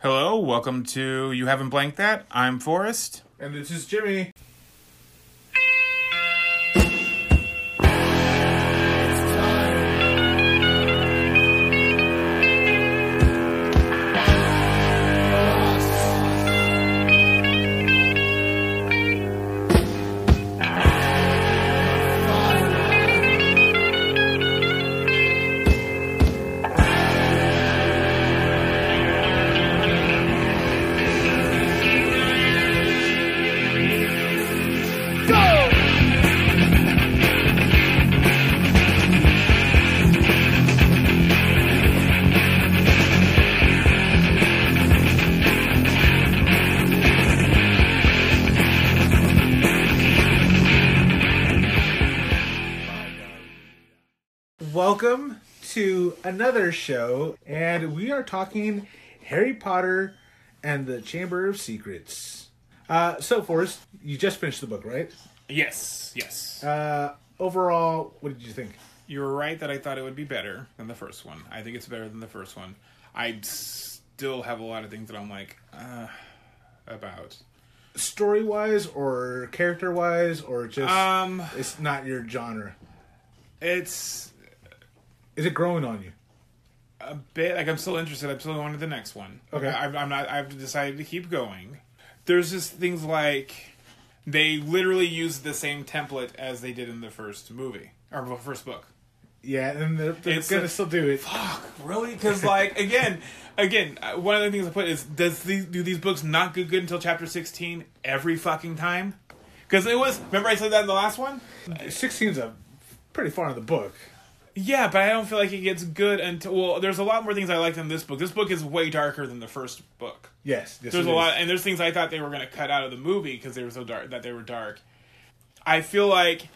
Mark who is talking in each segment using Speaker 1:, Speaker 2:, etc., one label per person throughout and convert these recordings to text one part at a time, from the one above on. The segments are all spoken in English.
Speaker 1: Hello, welcome to You Haven't Blanked That. I'm Forrest.
Speaker 2: And this is Jimmy. Welcome to another show, and we are talking Harry Potter and the Chamber of Secrets. Uh, so, Forrest, you just finished the book, right?
Speaker 1: Yes, yes.
Speaker 2: Uh, overall, what did you think?
Speaker 1: you were right that I thought it would be better than the first one. I think it's better than the first one. I still have a lot of things that I'm like, uh, about.
Speaker 2: Story wise, or character wise, or just
Speaker 1: Um,
Speaker 2: it's not your genre?
Speaker 1: it's
Speaker 2: Is it growing on you?
Speaker 1: a bit like I'm still interested. I'm still going to the next one.
Speaker 2: Okay.
Speaker 1: I, I'm not. I've decided to keep going. There's just things like they literally used the same template as they did in the first movie or the first book.
Speaker 2: Yeah, and they're, they're
Speaker 1: It's
Speaker 2: gonna
Speaker 1: a-
Speaker 2: still do it.
Speaker 1: Fuck, really? Because like again, again, uh, one of the things I put is does these do these books not get good until chapter sixteen every fucking time? Because it was remember I said that in the last one.
Speaker 2: 16's a pretty far in the book.
Speaker 1: Yeah, but I don't feel like it gets good until well. There's a lot more things I liked in this book. This book is way darker than the first book.
Speaker 2: Yes, yes
Speaker 1: There's
Speaker 2: it
Speaker 1: a
Speaker 2: is.
Speaker 1: lot, and there's things I thought they were going to cut out of the movie because they were so dark that they were dark. I feel like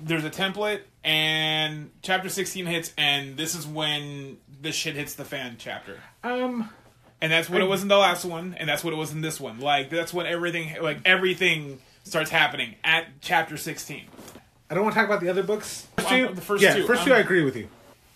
Speaker 1: there's a template, and chapter 16 hits, and this is when the shit hits the fan chapter.
Speaker 2: Um,
Speaker 1: And that's what it was in the last one, and that's what it was in this one. Like that's when everything, like everything, starts happening at chapter 16.
Speaker 2: I don't want to talk about the other books.
Speaker 1: Well, the first
Speaker 2: yeah,
Speaker 1: two,
Speaker 2: first
Speaker 1: um,
Speaker 2: two, I agree with you.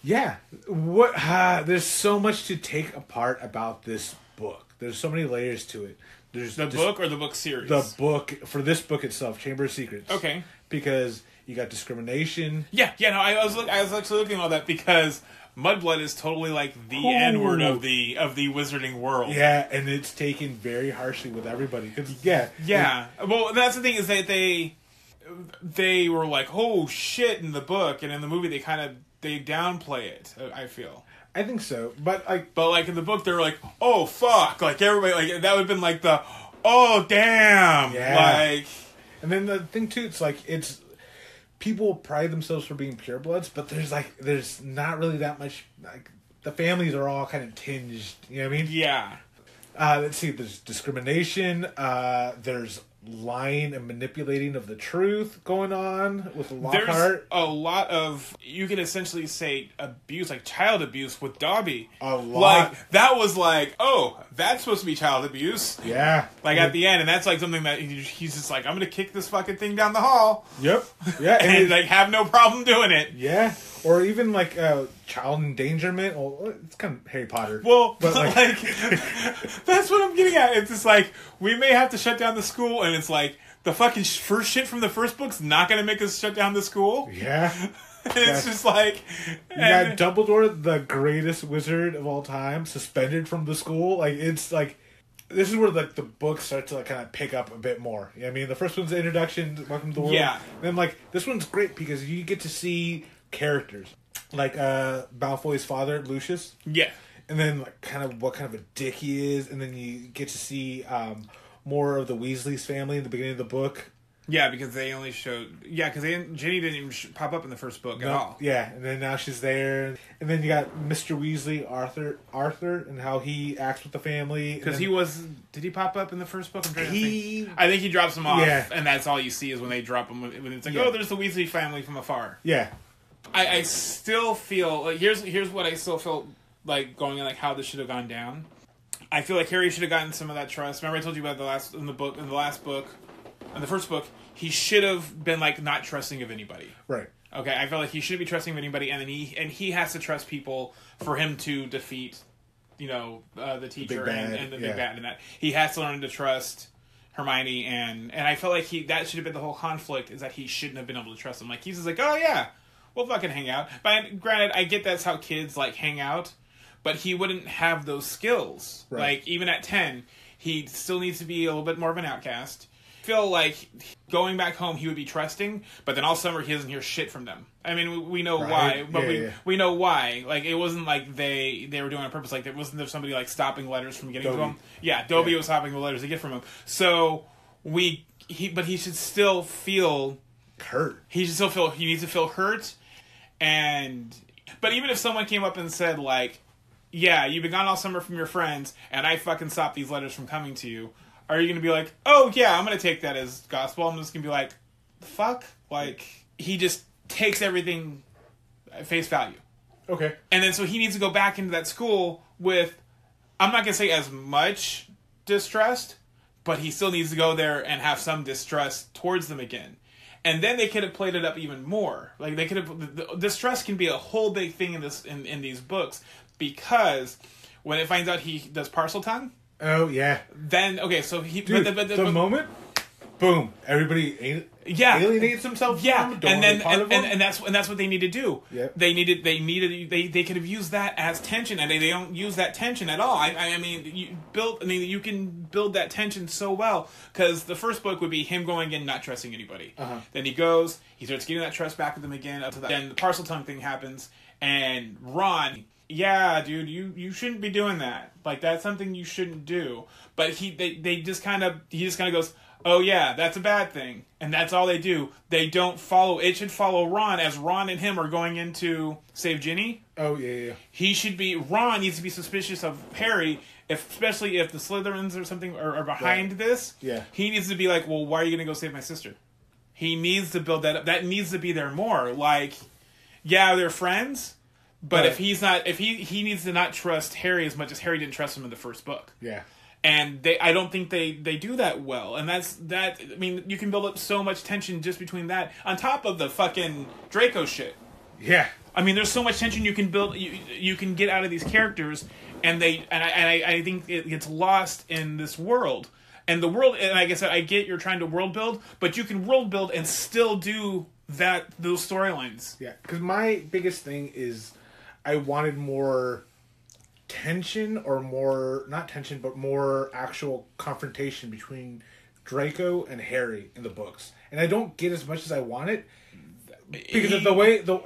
Speaker 2: Yeah, what? ah, there's so much to take apart about this book. There's so many layers to it. There's
Speaker 1: The
Speaker 2: just
Speaker 1: book or the book series.
Speaker 2: the book for this book itself, Chamber of Secrets.
Speaker 1: Okay.
Speaker 2: because you got discrimination.
Speaker 1: yeah, yeah. No, I was look, I was actually looking at all that because Mudblood is totally like the
Speaker 2: Ooh.
Speaker 1: N word of the of the Wizarding world.
Speaker 2: Yeah, and it's taken very harshly with everybody. 'Cause, yeah,
Speaker 1: Yeah. Well, that's the thing is that they they were like, "Oh shit!" in the book and in the movie they kind of they downplay it. I feel.
Speaker 2: I think so. But like,
Speaker 1: But like in the book, they were like, "Oh fuck!" Like everybody, like that would have been like the, "Oh damn!"
Speaker 2: Yeah.
Speaker 1: Like
Speaker 2: And then the thing too, it's like it's people pride themselves for being purebloods, but there's like there's not really that much like the families are all kind of tinged. You know what I mean?
Speaker 1: yeah,
Speaker 2: Uh, let's see. There's discrimination. Uh, there's lying and manipulating of the truth going on with
Speaker 1: there's
Speaker 2: Lockhart.
Speaker 1: a lot of you can essentially say abuse, like child abuse with Dobby.
Speaker 2: A lot.
Speaker 1: Like that was like, "Oh, that's supposed to be child abuse."
Speaker 2: yeah.
Speaker 1: Like at the end, and that's like something that he- he's just like, "I'm gonna kick this fucking thing down the hall."
Speaker 2: Yep. Yeah. And,
Speaker 1: and
Speaker 2: it-
Speaker 1: like have no problem doing it.
Speaker 2: yeah. Or even like uh, child endangerment. Well, it's kind of Harry Potter.
Speaker 1: Well,
Speaker 2: But,
Speaker 1: like,
Speaker 2: like-
Speaker 1: that's what I'm getting at. It's just like we may have to shut down the school, and it's like the fucking sh- first shit from the first book's not gonna make us shut down the school.
Speaker 2: yeah.
Speaker 1: And it's just like,
Speaker 2: Yeah,
Speaker 1: and,
Speaker 2: Dumbledore, the greatest wizard of all time, suspended from the school. Like it's like this is where like the book starts to like kind of pick up a bit more. You know what I mean, the first one's the introduction, Welcome to the World.
Speaker 1: Yeah.
Speaker 2: Then like this one's great because you get to see characters like uh Malfoy's father, Lucius,
Speaker 1: yeah,
Speaker 2: and then like kind of what kind of a dick he is, and then you get to see um more of the Weasley's family in the beginning of the book.
Speaker 1: yeah, because they only showed, yeah, because Jenny didn't even sh- pop up in the first book at all.
Speaker 2: Yeah, and then now she's there, and then you got Mr. Weasley, Arthur, Arthur, and how he acts with the family. and
Speaker 1: Because he
Speaker 2: then-
Speaker 1: was, did he pop up in the first book? I'm trying to
Speaker 2: He-
Speaker 1: think. I think he drops them off,
Speaker 2: Yeah.
Speaker 1: and that's all you see is when they drop them. When it's like,
Speaker 2: Yeah.
Speaker 1: oh, there's the Weasley family from afar.
Speaker 2: yeah,
Speaker 1: I, I still feel like here's here's what I still feel like going in like how this should have gone down. I feel like Harry should have gotten some of that trust. Remember I told you about the last in the book in the last book, in the first book, he should have been like not trusting of anybody.
Speaker 2: right.
Speaker 1: Okay, I feel like he shouldn't be trusting of anybody, and then he and he has to trust people for him to defeat you know uh, the teacher and,
Speaker 2: bad,
Speaker 1: and the
Speaker 2: yeah.
Speaker 1: big bad and that he has to learn to trust Hermione and and I felt like he that should have been the whole conflict is that he shouldn't have been able to trust him. Like he's just like, oh yeah, we'll fucking hang out. But granted, I get that's how kids like hang out, but he wouldn't have those skills.
Speaker 2: Right.
Speaker 1: Like even at ten, he still needs to be a little bit more of an outcast. Feel like going back home, he would be trusting, but then all summer he doesn't hear shit from them. I mean, we, we know
Speaker 2: Right.
Speaker 1: why, but
Speaker 2: Yeah,
Speaker 1: we
Speaker 2: yeah.
Speaker 1: we know why. Like it wasn't like they they were doing it on purpose. Like there wasn't there somebody like stopping letters from getting
Speaker 2: Dobie.
Speaker 1: to him. Yeah, Dobie
Speaker 2: Yeah.
Speaker 1: was stopping the letters to get from him. So we he but he should still feel
Speaker 2: Hurt.
Speaker 1: he should still feel he needs to feel hurt and but even if someone came up and said like yeah you've been gone all summer from your friends and i fucking stopped these letters from coming to you are you gonna be like oh yeah i'm gonna take that as gospel i'm just gonna be like fuck like he just takes everything at face value
Speaker 2: Okay.
Speaker 1: and then so he needs to go back into that school with I'm not gonna say as much distrust, but he still needs to go there and have some distrust towards them again. And then they could have played it up even more. Like they could have the, the distrust can be a whole big thing in this in, in these books because when it finds out he does parcel tongue,
Speaker 2: Oh yeah.
Speaker 1: then okay, so he
Speaker 2: Dude,
Speaker 1: but, the- but, the-
Speaker 2: the
Speaker 1: but-
Speaker 2: moment, boom! Everybody al-
Speaker 1: Yeah.
Speaker 2: alienates themselves.
Speaker 1: Yeah,
Speaker 2: from him, don't
Speaker 1: and
Speaker 2: wanna
Speaker 1: then
Speaker 2: be part
Speaker 1: and,
Speaker 2: of
Speaker 1: and,
Speaker 2: him.
Speaker 1: and that's and that's what they need to do.
Speaker 2: Yep.
Speaker 1: They needed they needed they, they could have used that as tension, and they, they don't use that tension at all. I I I mean you build I mean you can build that tension so well because the first book would be him going in not trusting anybody.
Speaker 2: Uh-huh.
Speaker 1: Then he goes, he starts getting that trust back with them again. Up to that. Then the parcel tongue thing happens, and Ron. Yeah, dude, you you shouldn't be doing that. Like that's something you shouldn't do. But he they they just kind of he just kind of goes, "Oh yeah, that's a bad thing." And that's all they do. They don't follow it should follow Ron as Ron and him are going into save Ginny.
Speaker 2: oh yeah, yeah, yeah.
Speaker 1: He should be Ron needs to be suspicious of Harry, if, especially if the Slytherins or something are, are behind this.
Speaker 2: Yeah.
Speaker 1: He needs to be like, "Well, why are you going to go save my sister?" He needs to build that up. That needs to be there more. Like, yeah, they're friends, but if
Speaker 2: Right.
Speaker 1: he's not, if he he needs to not trust Harry as much as Harry didn't trust him in the first book.
Speaker 2: yeah.
Speaker 1: And they, I don't think they they do that well. And that's that. I mean, you can build up so much tension just between that, on top of the fucking Draco shit.
Speaker 2: Yeah.
Speaker 1: I mean, there's so much tension you can build, you, you can get out of these characters, and they and I, and I, I think it gets lost in this world. And the world, and like I said, I get you're trying to world build, but you can world build and still do that those storylines.
Speaker 2: Yeah, because my biggest thing is I wanted more tension or more not tension but more actual confrontation between Draco and Harry in the books, and I don't get as much as I want it because of the way the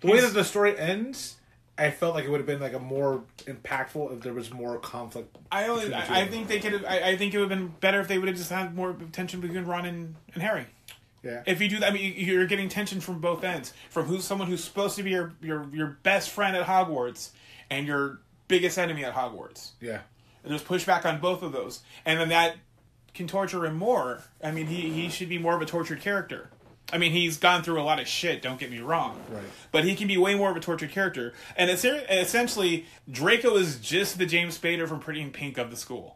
Speaker 2: the way that the story ends. I felt like it would have been like a more impactful if there was more conflict.
Speaker 1: I only,
Speaker 2: between the two
Speaker 1: I, I
Speaker 2: of them.
Speaker 1: think they could have. I, I think it would have been better if they would have just had more tension between Ron and, and Harry.
Speaker 2: yeah.
Speaker 1: If you do that, I mean, you- you're getting tension from both ends. From who's someone who's supposed to be your your your best friend at Hogwarts and your biggest enemy at Hogwarts.
Speaker 2: yeah.
Speaker 1: And There's pushback on both of those, and then that can torture him more. I mean, he he should be more of a tortured character. I mean, he's gone through a lot of shit. Don't get me wrong,
Speaker 2: Right.
Speaker 1: but he can be way more of a tortured character. And it's, essentially, Draco is just the James Spader from Pretty in Pink of the school.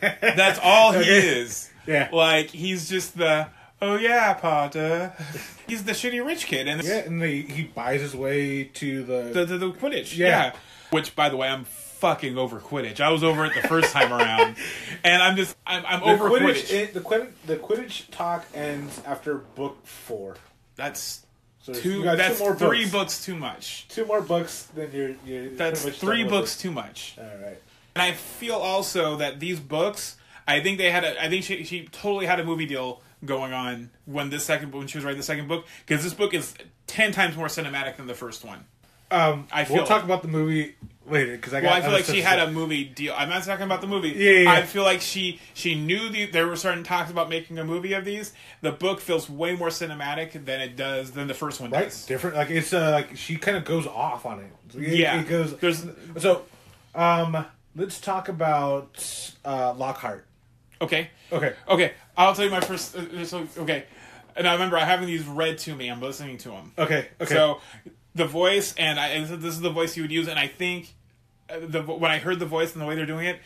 Speaker 1: That's all he
Speaker 2: Okay.
Speaker 1: is.
Speaker 2: Yeah.
Speaker 1: like he's just the oh yeah, Potter. he's the shitty rich kid, and
Speaker 2: Yeah, and they, he buys his way to the,
Speaker 1: the, the, the Quidditch.
Speaker 2: Yeah.
Speaker 1: Yeah. Which, by the way, I'm fucking over Quidditch. I was over it the first time around, and I'm just I'm, I'm
Speaker 2: the
Speaker 1: over Quidditch.
Speaker 2: Quidditch. it- the Quidditch. The Quidditch talk ends after book four.
Speaker 1: that's
Speaker 2: So
Speaker 1: two.
Speaker 2: you got
Speaker 1: That's
Speaker 2: two more
Speaker 1: three
Speaker 2: books.
Speaker 1: books. too much.
Speaker 2: Two more books, then you're. you're
Speaker 1: That's
Speaker 2: pretty much
Speaker 1: three
Speaker 2: done with
Speaker 1: books too much.
Speaker 2: it. All right.
Speaker 1: And I feel also that these books, I think they had a, I think she, she totally had a movie deal going on when this second when she was writing the second book because this book is ten times more cinematic than the first one.
Speaker 2: Um,
Speaker 1: I
Speaker 2: we'll
Speaker 1: feel-
Speaker 2: talk about the movie later because I got.
Speaker 1: Well, I feel
Speaker 2: other
Speaker 1: like she
Speaker 2: stuff
Speaker 1: had
Speaker 2: to
Speaker 1: a movie deal. I'm not talking about the movie.
Speaker 2: Yeah, yeah, yeah.
Speaker 1: I feel like she she knew the, there were certain talks about making a movie of these. The book feels way more cinematic than it does than the first one
Speaker 2: do. Right,
Speaker 1: does.
Speaker 2: different. Like it's uh, like she kind of goes off on it. So it-
Speaker 1: Yeah.
Speaker 2: it goes.
Speaker 1: There's-
Speaker 2: so, um, let's talk about uh Lockhart.
Speaker 1: Okay.
Speaker 2: Okay.
Speaker 1: Okay. I'll tell you my first. uh, So okay, and I remember I having these read to me. I'm listening to them.
Speaker 2: Okay. Okay.
Speaker 1: So the voice, and I and this is the voice you would use, and I think uh, the vo- when I heard the voice and the way they're doing it,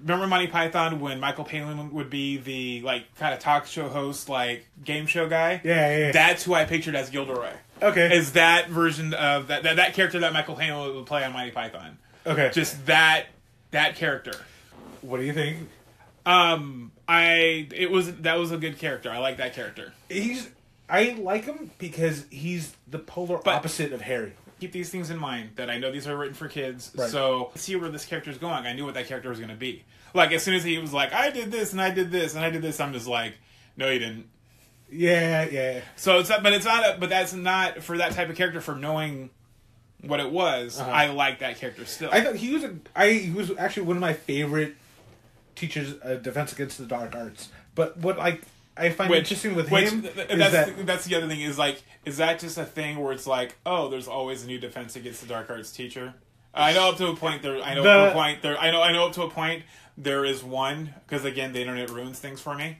Speaker 1: remember Monty Python when Michael Palin would be the like kind of talk show host, like game show guy.
Speaker 2: Yeah, yeah, yeah.
Speaker 1: That's who I pictured as Gilderoy.
Speaker 2: Okay.
Speaker 1: Is that version of that that, that character that Michael Palin would play on Monty Python?
Speaker 2: okay.
Speaker 1: Just that that character.
Speaker 2: What do you think?
Speaker 1: Um, I it was that was a good character. I like that character.
Speaker 2: He's I like him because he's the polar opposite of Harry.
Speaker 1: Keep these things in mind that I know these are written for kids.
Speaker 2: Right.
Speaker 1: So see where this character's going. I knew what that character was going to be. Like as soon as he was like, I did this and I did this and I did this, I'm just like, no, you didn't.
Speaker 2: Yeah, yeah.
Speaker 1: So it's not, but it's not, a, but that's not for that type of character. For knowing what it was, I like that character still.
Speaker 2: Uh-huh. I thought he was a, I he was actually one of my favorite teachers uh, defense against the dark arts. But what I I find interesting with
Speaker 1: which-
Speaker 2: him
Speaker 1: th- th-
Speaker 2: is
Speaker 1: that's
Speaker 2: that
Speaker 1: the, that's the other thing is like is that just a thing where it's like oh there's always a new defense against the dark arts teacher i know up to a point there i know up to a
Speaker 2: The-
Speaker 1: point there i know i know up to a point there is one because again the internet ruins things for me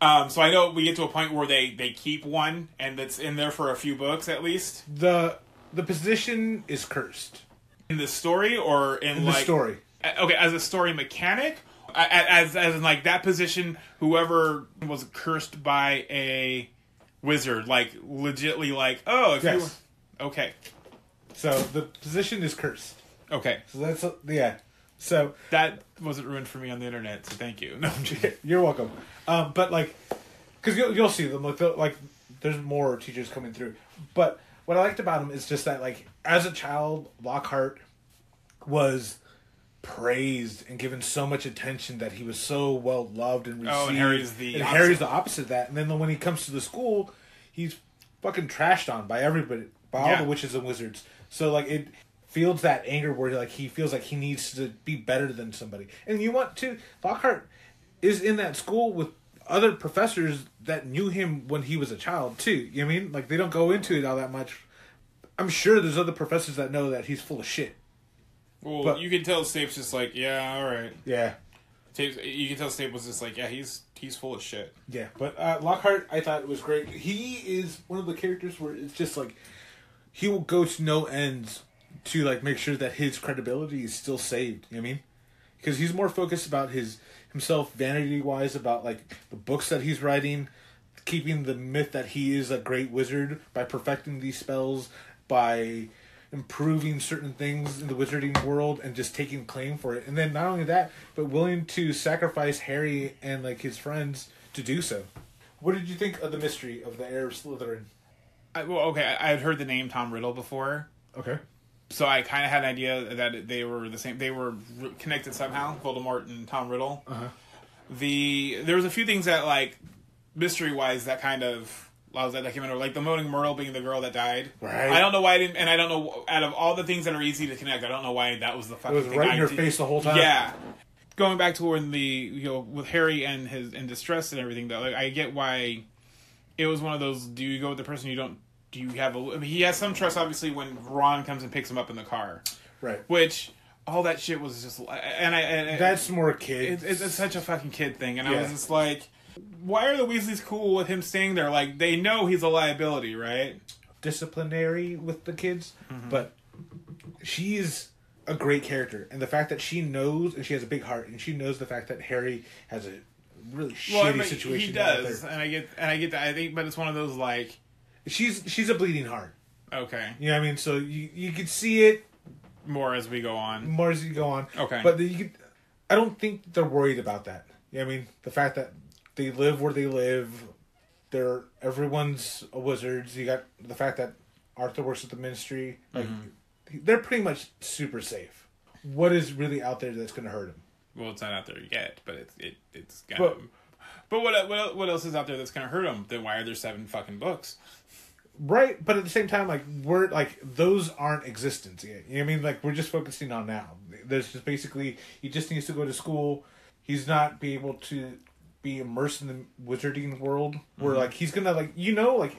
Speaker 1: um, so i know we get to a point where they they keep one and that's in there for a few books at least
Speaker 2: the the position is cursed.
Speaker 1: in the story or in,
Speaker 2: The
Speaker 1: like
Speaker 2: story.
Speaker 1: A- okay as a story mechanic a- a- as as in like that position whoever was cursed by a wizard like legitly like oh if you
Speaker 2: Yes.
Speaker 1: were, okay
Speaker 2: So the position is cursed.
Speaker 1: okay
Speaker 2: So that's yeah. So
Speaker 1: that wasn't ruined for me on the internet so thank you no I'm just-
Speaker 2: You're welcome. Um, but like, because you'll you'll see them like they'll- like there's more teachers coming through. But what I liked about him is just that like as a child, Lockhart was praised and given so much attention that he was so well loved and received.
Speaker 1: Oh, and Harry's the
Speaker 2: and
Speaker 1: opposite.
Speaker 2: Harry's the opposite of that. And then when he comes to the school, he's fucking trashed on by everybody, by all
Speaker 1: Yeah.
Speaker 2: the witches and wizards. So like it feels that anger where like he feels like he needs to be better than somebody. And you want to Lockhart is in that school with other professors that knew him when he was a child too. You know what I mean? Like they don't go into it all that much. I'm sure there's other professors that know that he's full of shit.
Speaker 1: well
Speaker 2: But-
Speaker 1: you can tell snape's just like yeah all right
Speaker 2: Yeah.
Speaker 1: Snape's- you can tell snape was just like yeah he's he's full of shit
Speaker 2: Yeah, but uh, Lockhart, I thought was great. He is one of the characters where it's just like he will go to no ends to like make sure that his credibility is still saved. You know what I mean? Because he's more focused about his himself, vanity wise, about like the books that he's writing, keeping the myth that he is a great wizard by perfecting these spells, by improving certain things in the wizarding world and just taking claim for it. And then not only that, but willing to sacrifice Harry and like his friends to do so. What did you think of the mystery of the heir of Slytherin?
Speaker 1: I, well okay I, i'd heard the name tom riddle before
Speaker 2: Okay.
Speaker 1: so I kind of had an idea that they were the same. They were r- connected somehow. Voldemort and Tom Riddle.
Speaker 2: Uh-huh.
Speaker 1: The there was a few things that like mystery wise that kind of I was that came in like the Moaning Myrtle being the girl that died.
Speaker 2: Right.
Speaker 1: I don't know why I didn't, and I don't know out of all the things that are easy to connect, I don't know why that was the fucking
Speaker 2: was
Speaker 1: thing
Speaker 2: right
Speaker 1: I
Speaker 2: in your
Speaker 1: did.
Speaker 2: face the whole time.
Speaker 1: Yeah. Going back to when the you know with Harry and his in distress and everything though, like I get why it was one of those do you go with the person you don't do you have a I mean, he has some trust obviously when Ron comes and picks him up in the car
Speaker 2: Right.
Speaker 1: which all that shit was just and I and That's,
Speaker 2: That's more kids.
Speaker 1: it's, it's, it's such a fucking kid thing, and I was
Speaker 2: Yeah.
Speaker 1: just like, why are the Weasleys cool with him staying there? Like they know he's a liability, right?
Speaker 2: disciplinary with the kids,
Speaker 1: Mm-hmm.
Speaker 2: but she is a great character, and the fact that she knows and she has a big heart, and she knows the fact that Harry has a really
Speaker 1: Well, I
Speaker 2: shitty
Speaker 1: mean,
Speaker 2: situation.
Speaker 1: he
Speaker 2: out
Speaker 1: does,
Speaker 2: there.
Speaker 1: and I get and I get that. I think, but it's one of those like,
Speaker 2: She's she's a bleeding heart.
Speaker 1: okay,
Speaker 2: You know what I mean? So you you could see it
Speaker 1: more as we go on.
Speaker 2: more as you go on.
Speaker 1: Okay.
Speaker 2: but you could, I don't think they're worried about that. You know what I mean? The fact that they live where they live, they're everyone's a wizards. You got the fact that Arthur works at the Ministry. Like they're pretty much super safe. What is really out there that's going to hurt him?
Speaker 1: Well, it's not out there yet, but it's it it's got.
Speaker 2: But-
Speaker 1: But, but what what what else is out there that's gonna hurt him? Then why are there seven fucking books?
Speaker 2: Right, but at the same time, like we're like those aren't existence yet. You know what I mean? Like we're just focusing on now. There's just basically he just needs to go to school. He's not be able to be immersed in the wizarding world where
Speaker 1: Mm-hmm.
Speaker 2: like he's gonna like you know like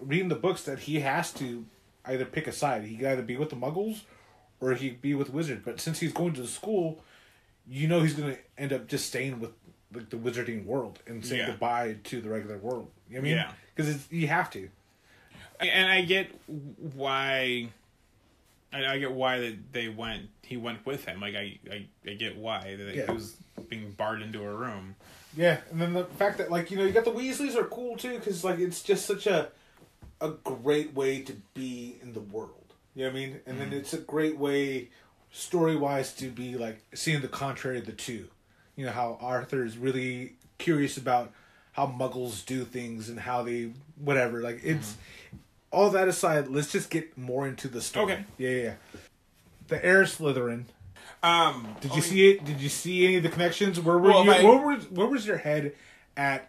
Speaker 2: reading the books that he has to either pick a side. He can either be with the Muggles or he be with wizards. But since he's going to the school, you know he's gonna end up just staying with like the wizarding world and saying
Speaker 1: Yeah.
Speaker 2: goodbye to the regular world. You know what I mean?
Speaker 1: Yeah.
Speaker 2: Because you have to.
Speaker 1: and I get why. I I get why that they went. He went with him. Like I, I, I get why that
Speaker 2: Yeah.
Speaker 1: he was being barred into a room.
Speaker 2: Yeah, and then the fact that like you know you got the Weasleys are cool too because like it's just such a a great way to be in the world. You know what I mean? And then it's a great way story wise to be like seeing the contrary of the two. You know how Arthur is really curious about how Muggles do things and how they whatever. Like it's all that aside. Let's just get more into the story.
Speaker 1: Okay.
Speaker 2: Yeah, yeah. yeah. The heir Slytherin.
Speaker 1: Um,
Speaker 2: Did you see it? Did you see any of the connections? Where were
Speaker 1: Well,
Speaker 2: you?
Speaker 1: if I-
Speaker 2: where, was, where was your head at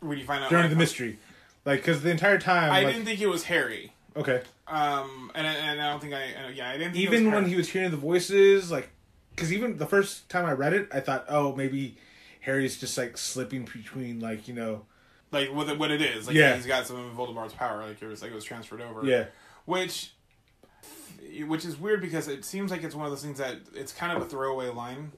Speaker 1: when you find out
Speaker 2: during
Speaker 1: like,
Speaker 2: the mystery? Like, because the entire time,
Speaker 1: I
Speaker 2: like,
Speaker 1: didn't think it was Harry.
Speaker 2: okay.
Speaker 1: Um, and I- and I don't think I uh, yeah I didn't think it
Speaker 2: even
Speaker 1: was
Speaker 2: when
Speaker 1: Harry.
Speaker 2: he was hearing the voices, like, because even the first time I read it, I thought, oh, maybe Harry's just like slipping between, like, you know,
Speaker 1: like what it- what it is like
Speaker 2: Yeah.
Speaker 1: he's got some of Voldemort's power like it was like it was transferred over
Speaker 2: yeah,
Speaker 1: which which is weird because it seems like it's one of those things that it's kind of a throwaway line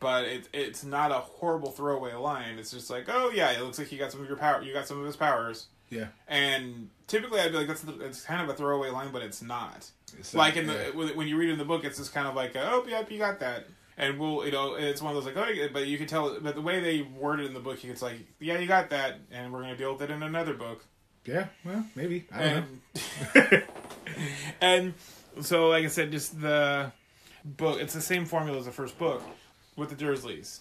Speaker 1: but it it's not a horrible throwaway line it's just like oh yeah it looks like you got some of your power you got some of his powers
Speaker 2: yeah,
Speaker 1: and typically I'd be like that's the, it's kind of a throwaway line but it's not
Speaker 2: It's
Speaker 1: like in the
Speaker 2: yeah.
Speaker 1: when- when you read it in the book it's just kind of like oh yep you got that and we'll you know it's one of those like oh yeah, but you can tell but the way they word it in the book it's like yeah you got that and we're gonna deal with it in another book
Speaker 2: yeah, well, maybe I don't know.
Speaker 1: and and so like I said, just the book. It's the same formula as the first book with the Dursleys.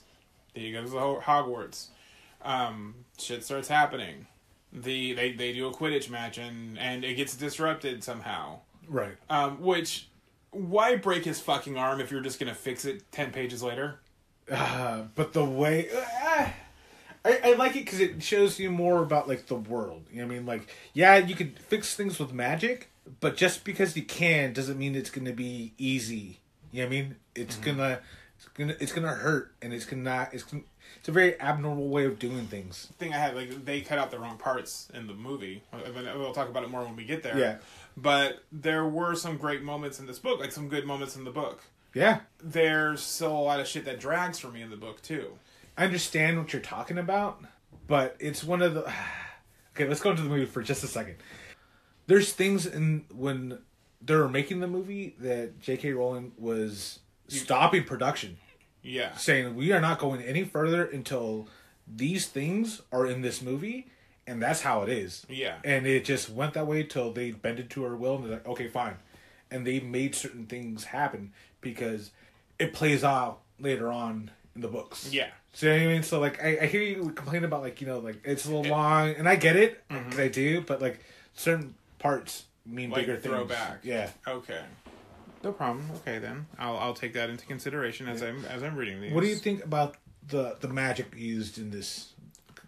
Speaker 1: There you go. There's the Ho- Hogwarts. Um, shit starts happening. The they they do a Quidditch match and and it gets disrupted somehow.
Speaker 2: right?
Speaker 1: Um, which why break his fucking arm if you're just gonna fix it ten pages later?
Speaker 2: Uh, but the way ah, I, I like it because it shows you more about like the world. You know what I mean? Like, yeah, you could fix things with magic, but just because you can doesn't mean it's gonna be easy. You know what I mean? It's gonna, it's gonna, it's gonna hurt, and it's gonna, it's gonna, it's a very abnormal way of doing things.
Speaker 1: Thing I had like they cut out the wrong parts in the movie. I- I- We'll talk about it more when we get there.
Speaker 2: Yeah.
Speaker 1: But there were some great moments in this book, like some good moments in the book.
Speaker 2: Yeah,
Speaker 1: there's still a lot of shit that drags for me in the book too.
Speaker 2: I understand what you're talking about, but it's one of the. okay, let's go into the movie for just a second. There's things in when they were making the movie that J.K. Rowling was stopping production,
Speaker 1: Yeah.
Speaker 2: saying we are not going any further until these things are in this movie, and that's how it is.
Speaker 1: Yeah.
Speaker 2: And it just went that way till they bended to her will and they're like, okay, fine. And they made certain things happen because it plays out later on in the books.
Speaker 1: Yeah.
Speaker 2: So you know what I mean, so like I, I hear you complain about like you know like it's a little long, and I get it 'cause I do, but like certain parts mean
Speaker 1: Mm-hmm. Like
Speaker 2: bigger things.
Speaker 1: throwback.
Speaker 2: Yeah.
Speaker 1: Okay. No problem. Okay then. I'll I'll take that into consideration as I'm as I'm reading these.
Speaker 2: What do you think about the the magic used in this?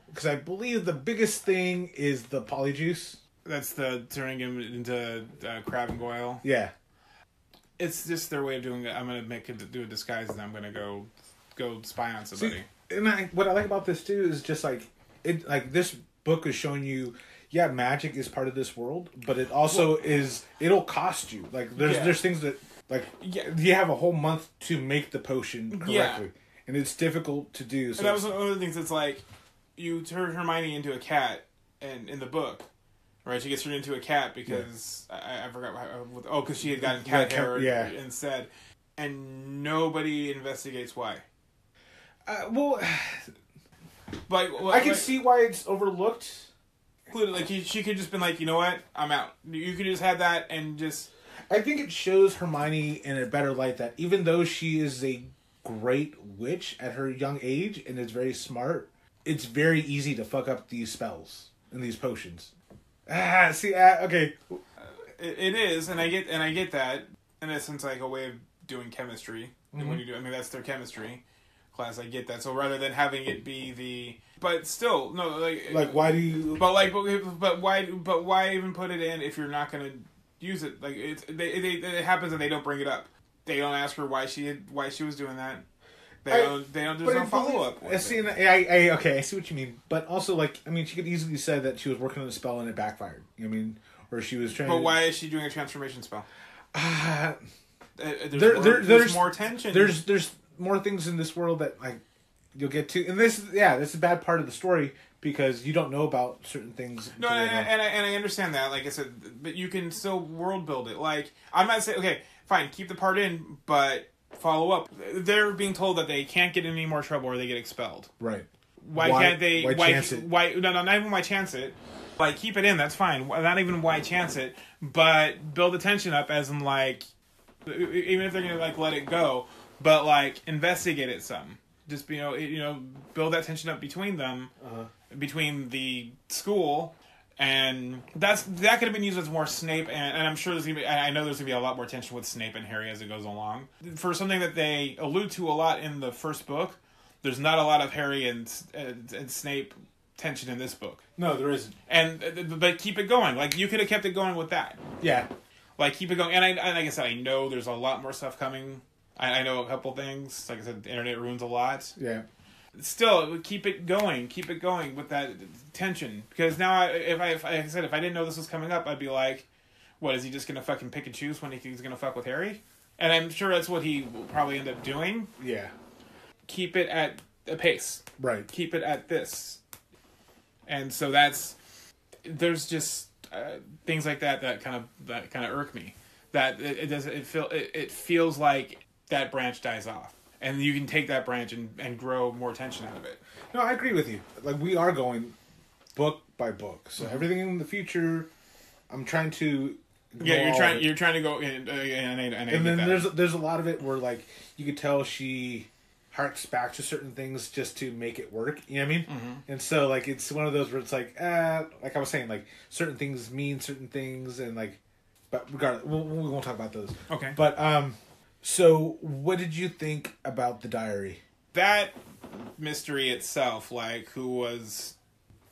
Speaker 2: Because I believe the biggest thing is the polyjuice.
Speaker 1: That's the turning him into uh, crab and goyle.
Speaker 2: Yeah.
Speaker 1: It's just their way of doing it. I'm gonna make it do a disguise and I'm gonna go go spy on
Speaker 2: See,
Speaker 1: somebody.
Speaker 2: and I, what I like about this too is just like it like this book is showing you yeah magic is part of this world but it also is it'll cost you like there's
Speaker 1: Yeah.
Speaker 2: there's things that like
Speaker 1: Yeah.
Speaker 2: you have a whole month to make the potion correctly
Speaker 1: Yeah.
Speaker 2: and it's difficult to do so
Speaker 1: And that was one of the things that's like, you turn Hermione into a cat, and in the book, right? She gets turned into a cat because I, I forgot why- uh, what- oh, because she had gotten cat
Speaker 2: Yeah,
Speaker 1: hair
Speaker 2: yeah.
Speaker 1: instead, and nobody investigates why.
Speaker 2: uh, well
Speaker 1: Like, well,
Speaker 2: i can
Speaker 1: like,
Speaker 2: see why it's overlooked
Speaker 1: included, like he, she could just been like, you know what, I'm out. You could just have that and just
Speaker 2: I think it shows Hermione in a better light that even though she is a great witch at her young age and is very smart, it's very easy to fuck up these spells and these potions. Ah, see, ah, okay,
Speaker 1: it, it is, and I get and I get that in essence like a way of doing chemistry. And
Speaker 2: Mm-hmm.
Speaker 1: When you do, I mean that's their chemistry class. I get that. So rather than having it be the, but still no like
Speaker 2: like why do you?
Speaker 1: But like, but, but why? But why even put it in if you're not gonna use it? Like it's they, they, it happens and they don't bring it up. They don't ask her why she had, why she was doing that. They
Speaker 2: I-
Speaker 1: don't. They don't. There's
Speaker 2: But
Speaker 1: no
Speaker 2: I believe-
Speaker 1: follow up.
Speaker 2: I see. and I, I, okay, I see what you mean. But also, like, I mean, she could easily say that she was working on a spell and it backfired. You know what I mean, or she was trying.
Speaker 1: But
Speaker 2: to,
Speaker 1: why is she doing a transformation spell?
Speaker 2: Ah,
Speaker 1: Uh, There's,
Speaker 2: There-
Speaker 1: more,
Speaker 2: there-
Speaker 1: there's,
Speaker 2: there's-
Speaker 1: more tension.
Speaker 2: there's there's more things in this world that like you'll get to and this yeah this is a bad part of the story because you don't know about certain things
Speaker 1: no,
Speaker 2: until
Speaker 1: and,
Speaker 2: later
Speaker 1: and,
Speaker 2: on.
Speaker 1: and, I, and I understand that. Like I said, but you can still world build it. Like I'm not saying okay, fine, keep the part in, but follow up. They're being told that they can't get in any more trouble or they get expelled.
Speaker 2: right
Speaker 1: Why, can't they? Why? Why,
Speaker 2: chance it?
Speaker 1: No, no, not even why chance it. Like keep it in. That's fine. Why- Not even why chance it, but build the tension up. As in, like e-, even if they're gonna like let it go, but like investigate it some. Just you know, it, you know, build that tension up between them, between the school, and that's that could have been used as more Snape, and, and I'm sure there's gonna be, I I know there's gonna be a lot more tension with Snape and Harry as it goes along. For something that they allude to a lot in the first book, there's not a lot of Harry and and, and Snape tension in this book,
Speaker 2: No, there isn't.
Speaker 1: and uh, but keep it going. Like you could have kept it going with that
Speaker 2: Yeah.
Speaker 1: like keep it going. And I and like I said, I know there's a lot more stuff coming. I, I know a couple things. Like I said, the internet ruins a lot.
Speaker 2: Yeah.
Speaker 1: Still, keep it going. Keep it going with that tension. Because now, I, if I if I like I said if I didn't know this was coming up, I'd be like, what is he just gonna fucking pick and choose when he- he's gonna fuck with Harry? And I'm sure that's what he will probably end up doing.
Speaker 2: Yeah.
Speaker 1: Keep it at a pace
Speaker 2: Right.
Speaker 1: keep it at this. And so that's there's just uh, things like that that kind of that kind of irk me. That it, it doesn't it feel it, it feels like that branch dies off, and you can take that branch and, and grow more tension out of it.
Speaker 2: No, I agree with you. Like we are going book by book, so everything in the future, I'm trying to.
Speaker 1: Yeah,
Speaker 2: ignore
Speaker 1: you're
Speaker 2: all
Speaker 1: trying
Speaker 2: of it.
Speaker 1: you're trying to go and, uh, and, I- and, I
Speaker 2: and
Speaker 1: get
Speaker 2: then
Speaker 1: that.
Speaker 2: there's there's a lot of it where like you could tell she harks back to certain things just to make it work. You know what I mean?
Speaker 1: Mm-hmm.
Speaker 2: And so like it's one of those where it's like uh like I was saying like certain things mean certain things and like but regardless we we won't talk about those.
Speaker 1: Okay.
Speaker 2: But um so what did you think about the diary?
Speaker 1: that mystery itself, like who was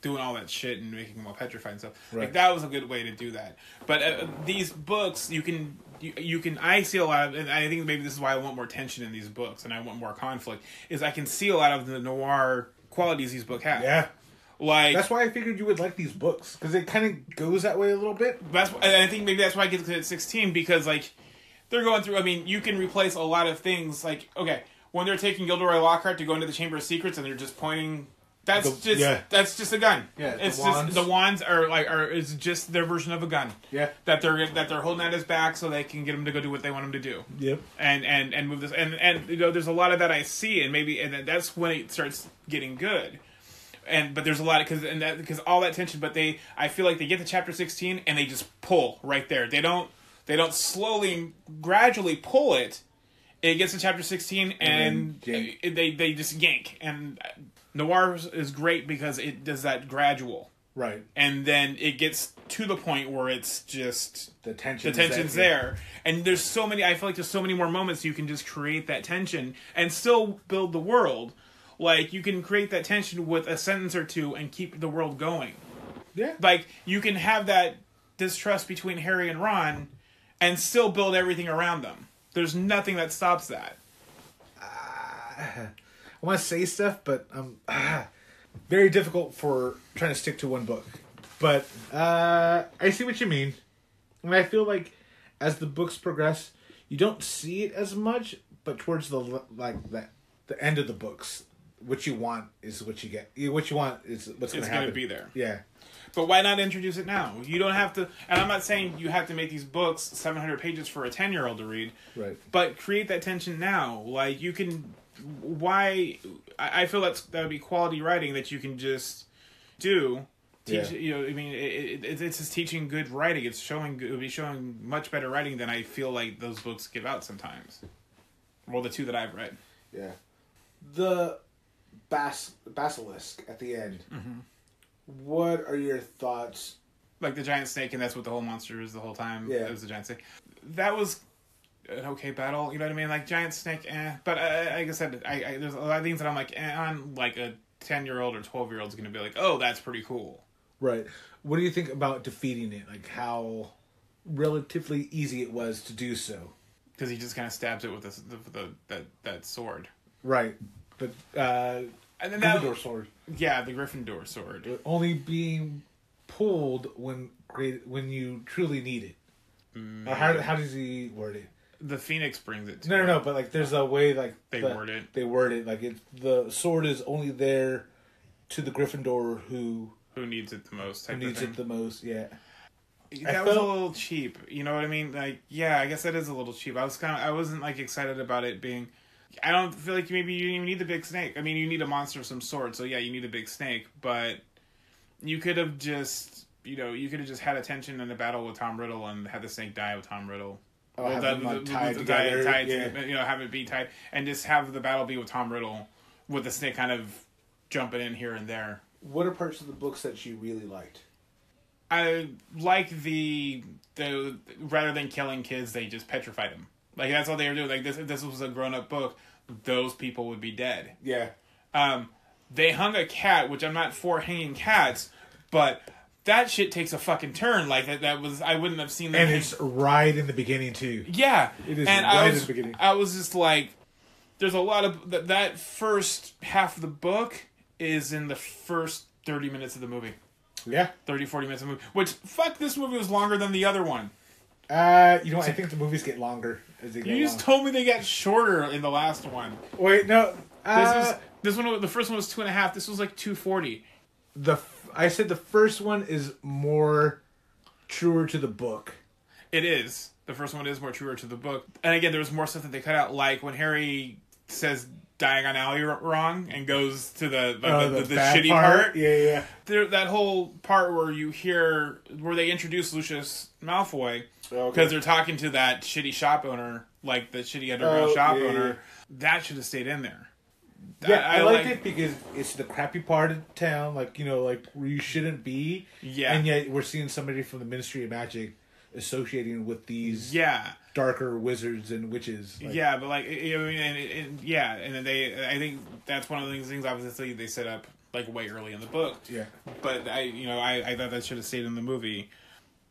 Speaker 1: doing all that shit and making them all petrified and stuff,
Speaker 2: Right.
Speaker 1: like that was a good way to do that. But uh, these books, you can you, you can I see a lot of, and I think maybe this is why I want more tension in these books and I want more conflict. Is I can see a lot of the noir qualities these books have. like
Speaker 2: That's why I figured you would like these books cuz it kind of goes that way a little bit.
Speaker 1: that's and I think maybe that's why I get to at sixteen because like they're going through. I mean, you can replace a lot of things. Like okay, when they're taking Gilderoy Lockhart to go into the Chamber of Secrets and they're just pointing. That's
Speaker 2: The-
Speaker 1: just
Speaker 2: yeah.
Speaker 1: that's just a gun.
Speaker 2: Yeah, the
Speaker 1: it's
Speaker 2: wands.
Speaker 1: just the wands are like are is just their version of a gun.
Speaker 2: Yeah.
Speaker 1: that they're that they're holding at his back so they can get him to go do what they want him to do
Speaker 2: Yep.
Speaker 1: and and and move this and and you know there's a lot of that I see and maybe and then that's when it starts getting good and but there's a lot of because and that because all that tension but they I feel like they get to chapter 16 and they just pull right there they don't they don't slowly gradually pull it it gets to chapter 16 and,
Speaker 2: then yank.
Speaker 1: it- they they just yank and uh, noir is- is great because it does that gradual
Speaker 2: Right.
Speaker 1: and then it gets to the point where it's just
Speaker 2: The tension
Speaker 1: the tension's there and there's so many i feel like there's so many more moments you can just create that tension and still build the world like you can create that tension with a sentence or two and keep the world going
Speaker 2: Yeah.
Speaker 1: like you can have that distrust between harry and ron and still build everything around them there's nothing that stops that
Speaker 2: I want to say stuff, but I'm ah, very difficult for trying to stick to one book. But uh, I see what you mean, and I feel like as the books progress, you don't see it as much, but towards the l- like the the end of the books, what you want is what you get. You- What you want is what's going
Speaker 1: it's
Speaker 2: to
Speaker 1: going
Speaker 2: happen.
Speaker 1: to be there
Speaker 2: Yeah,
Speaker 1: But why not introduce it now? You don't have to, and I'm not saying you have to make these books 700 pages for a 10 year old to read.
Speaker 2: Right.
Speaker 1: But create that tension now. Like you can, why? I I feel that's that would be quality writing that you can just do. Teach
Speaker 2: Yeah.
Speaker 1: you know. I mean, it, it, it's just teaching good writing. It's showing. It would be showing much better writing than I feel like those books give out sometimes. Well, the two that I've read.
Speaker 2: yeah. The bas- basilisk at the end.
Speaker 1: Mm-hmm.
Speaker 2: What are your thoughts
Speaker 1: like the giant snake, and that's what the whole monster is the whole time.
Speaker 2: Yeah.
Speaker 1: it was the giant snake. That was an okay battle. You know what I mean? Like giant snake, eh. But uh, like I said, I, I there's a lot of things that I'm like, eh, on like a ten year old or twelve year old's gonna be like, oh, that's pretty cool.
Speaker 2: Right. What do you think about defeating it? Like how relatively easy it was to do so.
Speaker 1: Because he just kind of stabs it with this, the, the that that sword.
Speaker 2: Right. But uh
Speaker 1: And then that,
Speaker 2: Gryffindor sword
Speaker 1: yeah, the Gryffindor sword.
Speaker 2: only being pulled when great when you truly need it.
Speaker 1: Mm.
Speaker 2: Or how how does he word it?
Speaker 1: The phoenix brings it. To
Speaker 2: No, no,
Speaker 1: him.
Speaker 2: no. But like, there's a way like
Speaker 1: They
Speaker 2: the-
Speaker 1: word it.
Speaker 2: They word it like it. The sword is only there to the Gryffindor who
Speaker 1: Who needs it the most? Type
Speaker 2: needs
Speaker 1: of thing.
Speaker 2: it the most. Yeah.
Speaker 1: that
Speaker 2: I
Speaker 1: was a
Speaker 2: felt-
Speaker 1: little cheap. You know what I mean? Like, yeah, I guess that is a little cheap. I was kind of, I wasn't like excited about it being. I don't feel like maybe you didn't even need the big snake. I mean, you need a monster of some sort, so yeah, you need a big snake. But you could have just, you know, you could have just had a tension in a battle with Tom Riddle and had the snake die with Tom Riddle.
Speaker 2: Oh, have
Speaker 1: that-
Speaker 2: them like
Speaker 1: the-
Speaker 2: tied
Speaker 1: the- the-
Speaker 2: together.
Speaker 1: tied
Speaker 2: yeah.
Speaker 1: to- you know, have it be tied, and just have the battle be with Tom Riddle, with the snake kind of jumping in here and there.
Speaker 2: What are parts of the books that you really liked?
Speaker 1: I like the the rather than killing kids, they just petrified them. Like that's all they were doing. Like this, if this was a grown up book, those people would be dead.
Speaker 2: Yeah.
Speaker 1: Um, they hung a cat, which I'm not for hanging cats, but that shit takes a fucking turn. Like that, that was I wouldn't have seen that.
Speaker 2: And
Speaker 1: hang-
Speaker 2: it's right in the beginning too.
Speaker 1: yeah,
Speaker 2: It is
Speaker 1: and
Speaker 2: right
Speaker 1: I
Speaker 2: at
Speaker 1: was,
Speaker 2: the beginning.
Speaker 1: I was just like, there's a lot of that. That first half of the book is in the first thirty minutes of the movie.
Speaker 2: Yeah.
Speaker 1: 30, 40 minutes of the movie. Which fuck, this movie was longer than the other one.
Speaker 2: Uh, you know, what? I think the movies get longer as they go
Speaker 1: You just
Speaker 2: along.
Speaker 1: told me they got shorter in the last one.
Speaker 2: Wait, no.
Speaker 1: This
Speaker 2: Uh,
Speaker 1: was this one. was- The first one was two and a half. This was like two forty.
Speaker 2: the f- I said the first one is more truer to the book.
Speaker 1: It is. The first one is more truer to the book. And again, there was more stuff that they cut out, like when Harry says Diagon Alley r- wrong and goes to the the,
Speaker 2: Uh,
Speaker 1: the, the
Speaker 2: bad
Speaker 1: shitty part.
Speaker 2: Yeah, yeah, yeah.
Speaker 1: There, that whole part where you hear where they introduce Lucius Malfoy because
Speaker 2: Oh, Okay.
Speaker 1: they're talking to that shitty shop owner, like the shitty underground
Speaker 2: Oh,
Speaker 1: shop
Speaker 2: yeah,
Speaker 1: owner.
Speaker 2: yeah.
Speaker 1: That should have stayed in there.
Speaker 2: Yeah, I, liked it because it's the crappy part of town, like you know, like where you shouldn't be.
Speaker 1: Yeah.
Speaker 2: and yet we're seeing somebody from the Ministry of Magic associating with these
Speaker 1: Yeah.
Speaker 2: darker wizards and witches. Like,
Speaker 1: yeah, but like, I I mean, and, and, yeah, and then they, I think that's one of the things. Obviously, they set up like way early in the book.
Speaker 2: yeah.
Speaker 1: But I, you know, I, I thought that should have stayed in the movie.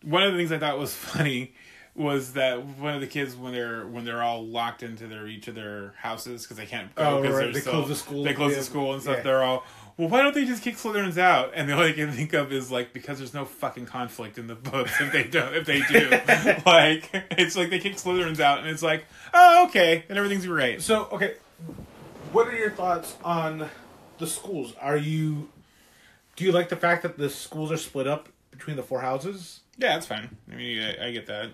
Speaker 1: One of the things I thought was funny was that one of the kids when they're when they're all locked into their each of their houses because they can't go
Speaker 2: Oh,
Speaker 1: because
Speaker 2: right,
Speaker 1: they're
Speaker 2: they
Speaker 1: so-
Speaker 2: close the school.
Speaker 1: they close
Speaker 2: Yeah.
Speaker 1: the school and stuff.
Speaker 2: Yeah.
Speaker 1: They're all well, why don't they just kick Slytherins out? And the only thing I can think of is like because there's no fucking conflict in the books if they don't if they do like it's like they kick Slytherins out and it's like oh okay and everything's great.
Speaker 2: So okay, what are your thoughts on the schools? Are you do you like the fact that the schools are split up between the four houses?
Speaker 1: Yeah, that's fine. I mean, I, I get that.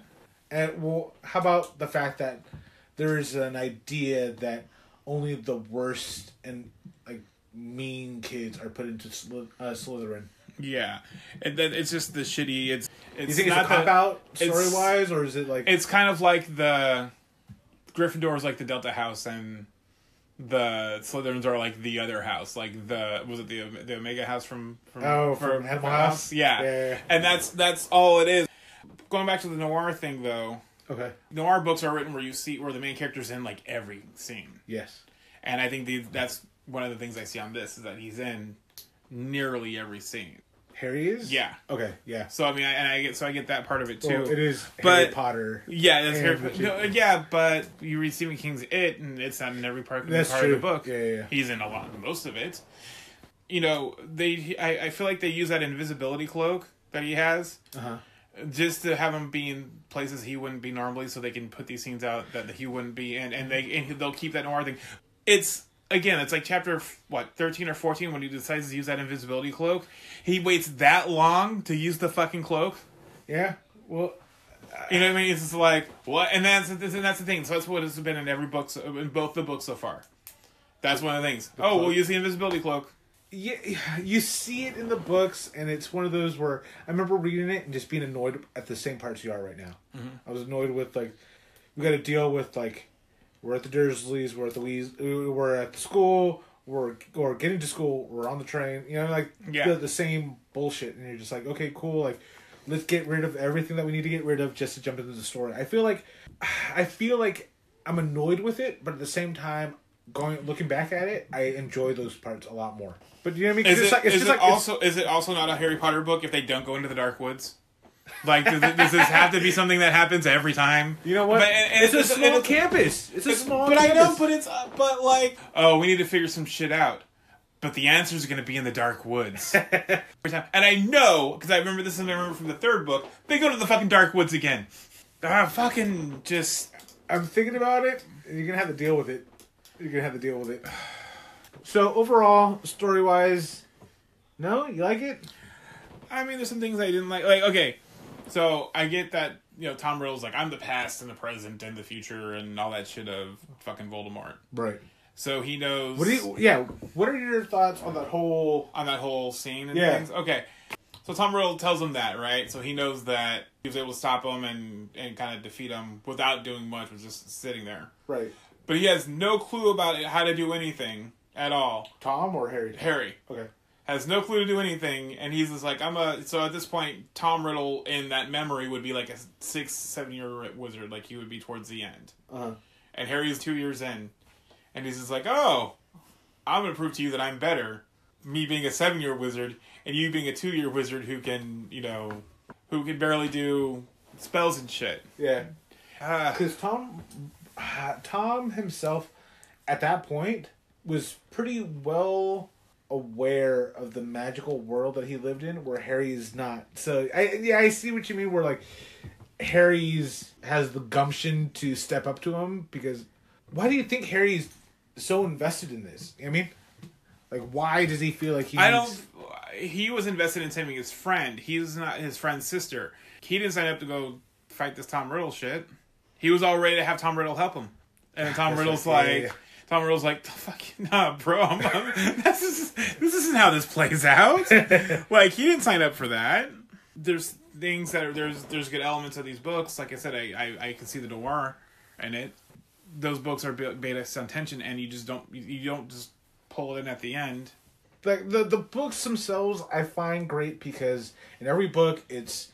Speaker 2: And well, how about the fact that there is an idea that only the worst and like mean kids are put into Sly- uh, Slytherin?
Speaker 1: Yeah, and then it's just the shitty. It's it's
Speaker 2: You think
Speaker 1: not
Speaker 2: it's a cop
Speaker 1: the-
Speaker 2: out
Speaker 1: it's-
Speaker 2: story wise, or is it like
Speaker 1: It's kind of like the Gryffindor is like the Delta House, and the Slytherins are like the other house, like the was it the the Omega House from from
Speaker 2: Oh, from Animal House?
Speaker 1: Yeah.
Speaker 2: Yeah, yeah, yeah.
Speaker 1: and that's that's all it is. Going back to the noir thing though,
Speaker 2: okay?
Speaker 1: noir books are written where you see where the main character's in like every scene,
Speaker 2: Yes.
Speaker 1: and I think the, that's one of the things I see on this is that he's in nearly every scene.
Speaker 2: Harry is.
Speaker 1: Yeah.
Speaker 2: Okay. Yeah.
Speaker 1: So I mean, I, and I get so I get that part of it too.
Speaker 2: Well, it is Harry
Speaker 1: But-
Speaker 2: Potter.
Speaker 1: Yeah, that's
Speaker 2: And
Speaker 1: Harry
Speaker 2: the
Speaker 1: Potter. No,
Speaker 2: Chief.
Speaker 1: yeah, but you read Stephen King's It, and it's not in every part,
Speaker 2: That's
Speaker 1: part
Speaker 2: true.
Speaker 1: of the book.
Speaker 2: Yeah, yeah, yeah.
Speaker 1: He's in a lot, most of it. You know, they. I, I feel like they use that invisibility cloak that he has
Speaker 2: Uh huh.
Speaker 1: just to have him be in places he wouldn't be normally, so they can put these scenes out that he wouldn't be in, and they and they'll keep that noir thing. It's again, it's like chapter what thirteen or fourteen when he decides to use that invisibility cloak. He waits that long to use the fucking cloak.
Speaker 2: Yeah. Well.
Speaker 1: You know what I mean? It's just like what, and that's and that's the thing. So that's what it's been in every book, so, in both the books so far. That's one of the things. oh,
Speaker 2: cloak.
Speaker 1: we'll use the invisibility cloak.
Speaker 2: Yeah, you see it in the books, and it's one of those where I remember reading it and just being annoyed at the same parts you are right now. I was annoyed with like, we got to deal with like, we're at the Dursleys, we're at the Weas, we're at the school, we're or getting to school, we're on the train, you know, like
Speaker 1: Yeah.
Speaker 2: the, the same bullshit, and you're just like, okay, cool, like, let's get rid of everything that we need to get rid of just to jump into the story. I feel like, I feel like I'm annoyed with it, but at the same time. Going looking back at it, I enjoy those parts a lot more. But you know what I mean? 'Cause
Speaker 1: Is
Speaker 2: it's
Speaker 1: it,
Speaker 2: like, it's
Speaker 1: is
Speaker 2: just
Speaker 1: it
Speaker 2: like it's-
Speaker 1: also is it also not a Harry Potter book if they don't go into the dark woods? Like does, it, does this have to be something that happens every time?
Speaker 2: You know what?
Speaker 1: But, and- and
Speaker 2: it's, a small
Speaker 1: it's-
Speaker 2: campus. It's a small.
Speaker 1: But I
Speaker 2: campus.
Speaker 1: know, but it's uh, but like oh, we need to figure some shit out. But the answers are going to be in the dark woods. Every time. And I know because I remember this, and I remember from the third book, they go to the fucking dark woods again. Ah, fucking just
Speaker 2: I'm thinking about it. and You're gonna have to deal with it. You're gonna have to deal with it. So overall, story wise, no, you like it?
Speaker 1: I mean, there's some things I didn't like. Like, okay, so I get that you know Tom Riddle's like I'm the past and the present and the future and all that shit of fucking Voldemort.
Speaker 2: Right.
Speaker 1: So he knows
Speaker 2: What do you? Yeah. What are your thoughts on that whole?
Speaker 1: on that whole scene and
Speaker 2: Yeah.
Speaker 1: things. Okay, So Tamriel tells him that, right? So he knows that he was able to stop him and, and kind of defeat him without doing much, was just sitting there.
Speaker 2: Right.
Speaker 1: But he has no clue about it, how to do anything at all.
Speaker 2: Tom or Harry?
Speaker 1: Harry
Speaker 2: Okay.
Speaker 1: has no clue to do anything, and he's just like, I'm a. So at this point, Tom Riddle in that memory would be like a six, seven year wizard, like he would be towards the end.
Speaker 2: Uh-huh.
Speaker 1: And Harry's two years in, and he's just like, Oh, I'm gonna prove to you that I'm better. Me being a seven year wizard, and you being a two year wizard who can, you know, who can barely do spells and shit.
Speaker 2: Yeah.
Speaker 1: Ah.
Speaker 2: Because Tom, Tom himself, at that point, was pretty well aware of the magical world that he lived in, where Harry is not. So I yeah, I see what you mean. Where like Harry's has the gumption to step up to him because why do you think Harry's so invested in this? You know what I mean, like why does he feel like he?
Speaker 1: I
Speaker 2: needs-
Speaker 1: don't. He was invested in saving his friend. He's not his friend's sister. He didn't sign up to go fight this Tom Riddle shit. He was all ready to have Tom Riddle help him, and then Tom
Speaker 2: That's
Speaker 1: Riddle's
Speaker 2: right,
Speaker 1: like,
Speaker 2: yeah, yeah.
Speaker 1: Tom Riddle's like, "The fuck, nah, bro. I'm, I'm- this is this isn't how this plays out. like, he didn't sign up for that. There's things that are there's there's good elements of these books. Like I said, I I, I can see the noir in it. Those books are bu- based on tension, and you just don't you, you don't just pull it in at the end.
Speaker 2: like the the books themselves I find great because in every book it's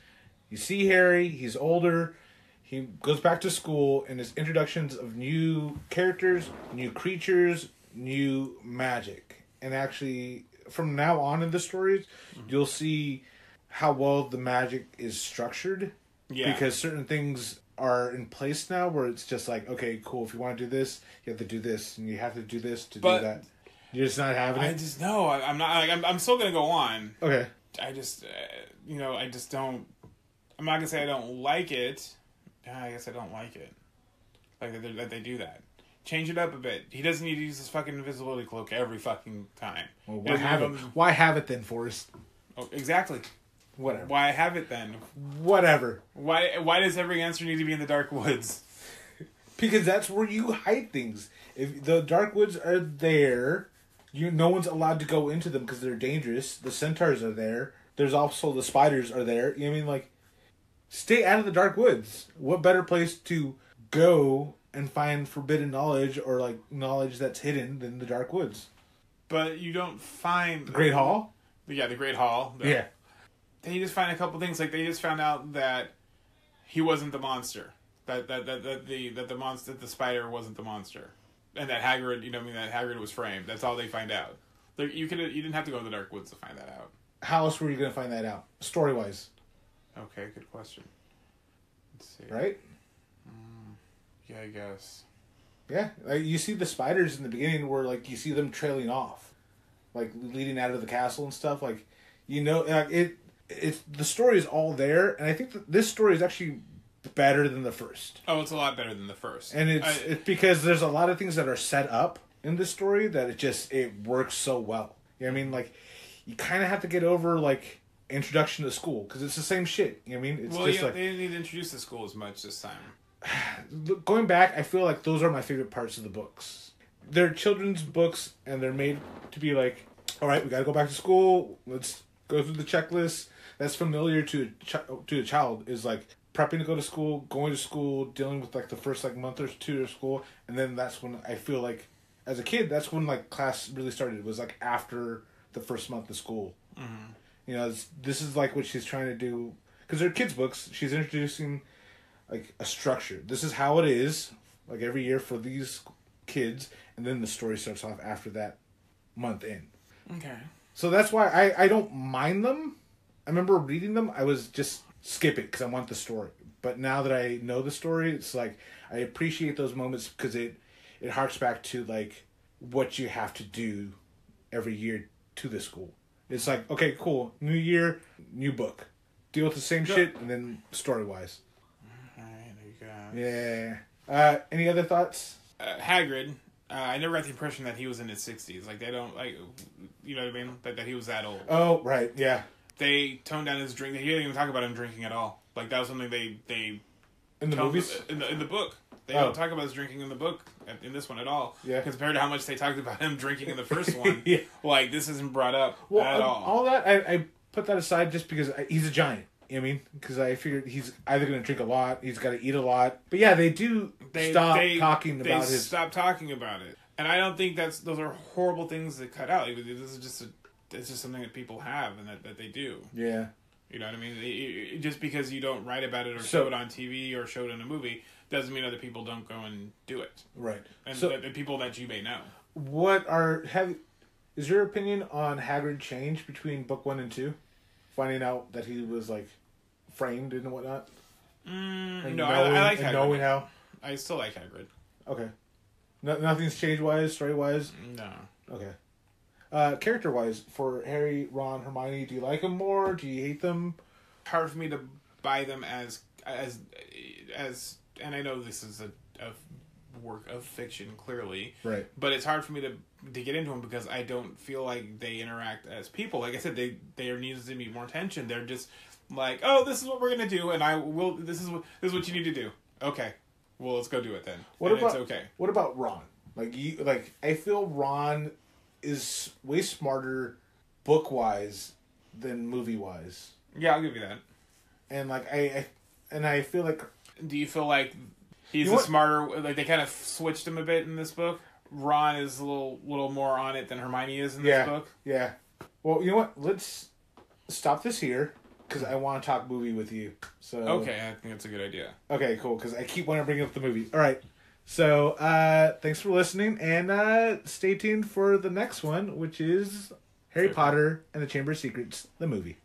Speaker 2: you see Harry, he's older, he goes back to school and his introductions of new characters, new creatures, new magic. And actually from now on in the stories,
Speaker 1: Mm-hmm.
Speaker 2: you'll see how well the magic is structured
Speaker 1: Yeah.
Speaker 2: because certain things are in place now where it's just like okay cool if you want to do this you have to do this and you have to do this to
Speaker 1: But-
Speaker 2: do that you're just not having
Speaker 1: I
Speaker 2: it
Speaker 1: just no. I, I'm not. Like, I'm. I'm still gonna go on.
Speaker 2: okay
Speaker 1: I just, uh, you know, I just don't. I'm not gonna say I don't like it. Yeah, I guess I don't like it. Like that, they- that they do that. Change it up a bit. He doesn't need to use his fucking invisibility cloak every fucking time.
Speaker 2: Well,
Speaker 1: He
Speaker 2: why
Speaker 1: doesn't
Speaker 2: have it?
Speaker 1: need them-
Speaker 2: Why have it then, Forrest?
Speaker 1: Oh, exactly.
Speaker 2: Whatever.
Speaker 1: Why have it then?
Speaker 2: Whatever.
Speaker 1: Why? Why does every answer need to be in the dark woods?
Speaker 2: Because that's where you hide things. If the dark woods are there, you no one's allowed to go into them because they're dangerous. The centaurs are there. There's also the spiders are there. You know what I mean like, stay out of the dark woods. What better place to go and find forbidden knowledge or like knowledge that's hidden than the dark woods?
Speaker 1: But you don't find the
Speaker 2: Great Hall.
Speaker 1: Yeah, the Great Hall. The- they just find a couple things like they just found out that he wasn't the monster that that that, that the that the monster that the spider wasn't the monster and that Hagrid you know I mean that Hagrid was framed that's all they find out there, you could you didn't have to go to the dark woods to find that out
Speaker 2: How else were you gonna find that out? Story wise,
Speaker 1: okay good question let's see
Speaker 2: right?
Speaker 1: yeah I guess
Speaker 2: Yeah, like you see the spiders in the beginning where like you see them trailing off, like leading out of the castle and stuff. Like, you know, like it. It's the story is all there, and I think that this story is actually better than the first.
Speaker 1: oh it's a lot better than the first
Speaker 2: And it's
Speaker 1: I-
Speaker 2: it's because there's a lot of things that are set up in this story that it just it works so well. You know what I mean? Like, you kind of have to get over like introduction to school because it's the same shit. You know what I mean? It's
Speaker 1: well
Speaker 2: just
Speaker 1: yeah,
Speaker 2: like
Speaker 1: they didn't need to introduce the school as much this time
Speaker 2: look- going back, I feel like those are my favorite parts of the books. They're children's books, and they're made to be like, all right, we got to go back to school. Let's go through the checklist. That's familiar to a ch- to a child is like prepping to go to school, going to school, dealing with like the first like month or two of school, and then that's when I feel like, as a kid, that's when like class really started. Was like after the first month of school. You know, it's, this is like what she's trying to do because they're kids' books. She's introducing like a structure. This is how it is, like every year for these kids, and then the story starts off after that month in.
Speaker 1: okay
Speaker 2: So that's why I I don't mind them. I remember reading them. I was just skip it because I want the story. But now that I know the story, it's like I appreciate those moments because it it harks back to like what you have to do every year to the school. It's like okay, cool, new year, new book, deal with the same shit, and then story wise.
Speaker 1: all right there you go
Speaker 2: Yeah. Uh, any other thoughts?
Speaker 1: uh, Hagrid, uh, I never got the impression that he was in his sixties. Like they don't like, you know what I mean? That, that he was that old.
Speaker 2: Oh, right. Yeah.
Speaker 1: They toned down his drink. He didn't even talk about him drinking at all. Like that was something they they
Speaker 2: In the
Speaker 1: toned-
Speaker 2: movies?
Speaker 1: in the in the book. They
Speaker 2: Oh.
Speaker 1: don't talk about his drinking in the book in this one at all.
Speaker 2: Yeah.
Speaker 1: Compared to how much they talked about him drinking in the first one,
Speaker 2: Yeah.
Speaker 1: like this isn't brought up
Speaker 2: Well,
Speaker 1: at
Speaker 2: um,
Speaker 1: all.
Speaker 2: all that I, I put that aside just because I, he's a giant. You know what I mean, because I figured he's either going to drink a lot, he's got to eat a lot. But yeah, they do
Speaker 1: They
Speaker 2: stop
Speaker 1: they-
Speaker 2: talking
Speaker 1: they
Speaker 2: about his.
Speaker 1: Stop talking about it. And I don't think that's those are horrible things to cut out. This is just a it's just something that people have and that, that they do.
Speaker 2: Yeah,
Speaker 1: You know what I mean? It- it- just because you don't write about it or
Speaker 2: So-
Speaker 1: show it on TV or show it in a movie doesn't mean other people don't go and do it.
Speaker 2: right.
Speaker 1: And
Speaker 2: so,
Speaker 1: the, the people that you may know.
Speaker 2: what are have? Is your opinion on Hagrid change between book one and two? Finding out that he was like framed and whatnot.
Speaker 1: Mm,
Speaker 2: And
Speaker 1: no, I,
Speaker 2: knowing-
Speaker 1: I like
Speaker 2: and
Speaker 1: Hagrid.
Speaker 2: knowing how.
Speaker 1: I still like Hagrid.
Speaker 2: Okay, no, nothing's change wise, story wise.
Speaker 1: No.
Speaker 2: Okay. Uh, character wise, for Harry, Ron, Hermione, do you like them more? Do you hate them?
Speaker 1: Hard for me to buy them as as as and I know this is a, a work of fiction clearly.
Speaker 2: Right.
Speaker 1: but it's hard for me to to get into them because I don't feel like they interact as people. Like I said, they there needs to be more tension. They're just like, oh, this is what we're gonna do, and I will. This is what this is what you need to do. Okay, well, let's go do it then.
Speaker 2: What
Speaker 1: And
Speaker 2: about
Speaker 1: it's okay?
Speaker 2: What about Ron? Like you, like I feel Ron is way smarter book wise than movie wise,
Speaker 1: Yeah, I'll give you that.
Speaker 2: and like I, I and I feel like
Speaker 1: Do you feel like he's
Speaker 2: You
Speaker 1: a
Speaker 2: want-
Speaker 1: smarter? Like they kind of switched him a bit in this book. Ron is a little little more on it than Hermione is in this
Speaker 2: yeah,
Speaker 1: book.
Speaker 2: yeah. Well, you know what? Let's stop this here because I want to talk movie with you. So
Speaker 1: Okay, I think that's a good idea.
Speaker 2: Okay, cool. Because I keep wanting to bring up the movie. All right. So uh, thanks for listening, and uh, stay tuned for the next one, which is Harry Potter and the Chamber of Secrets, the movie.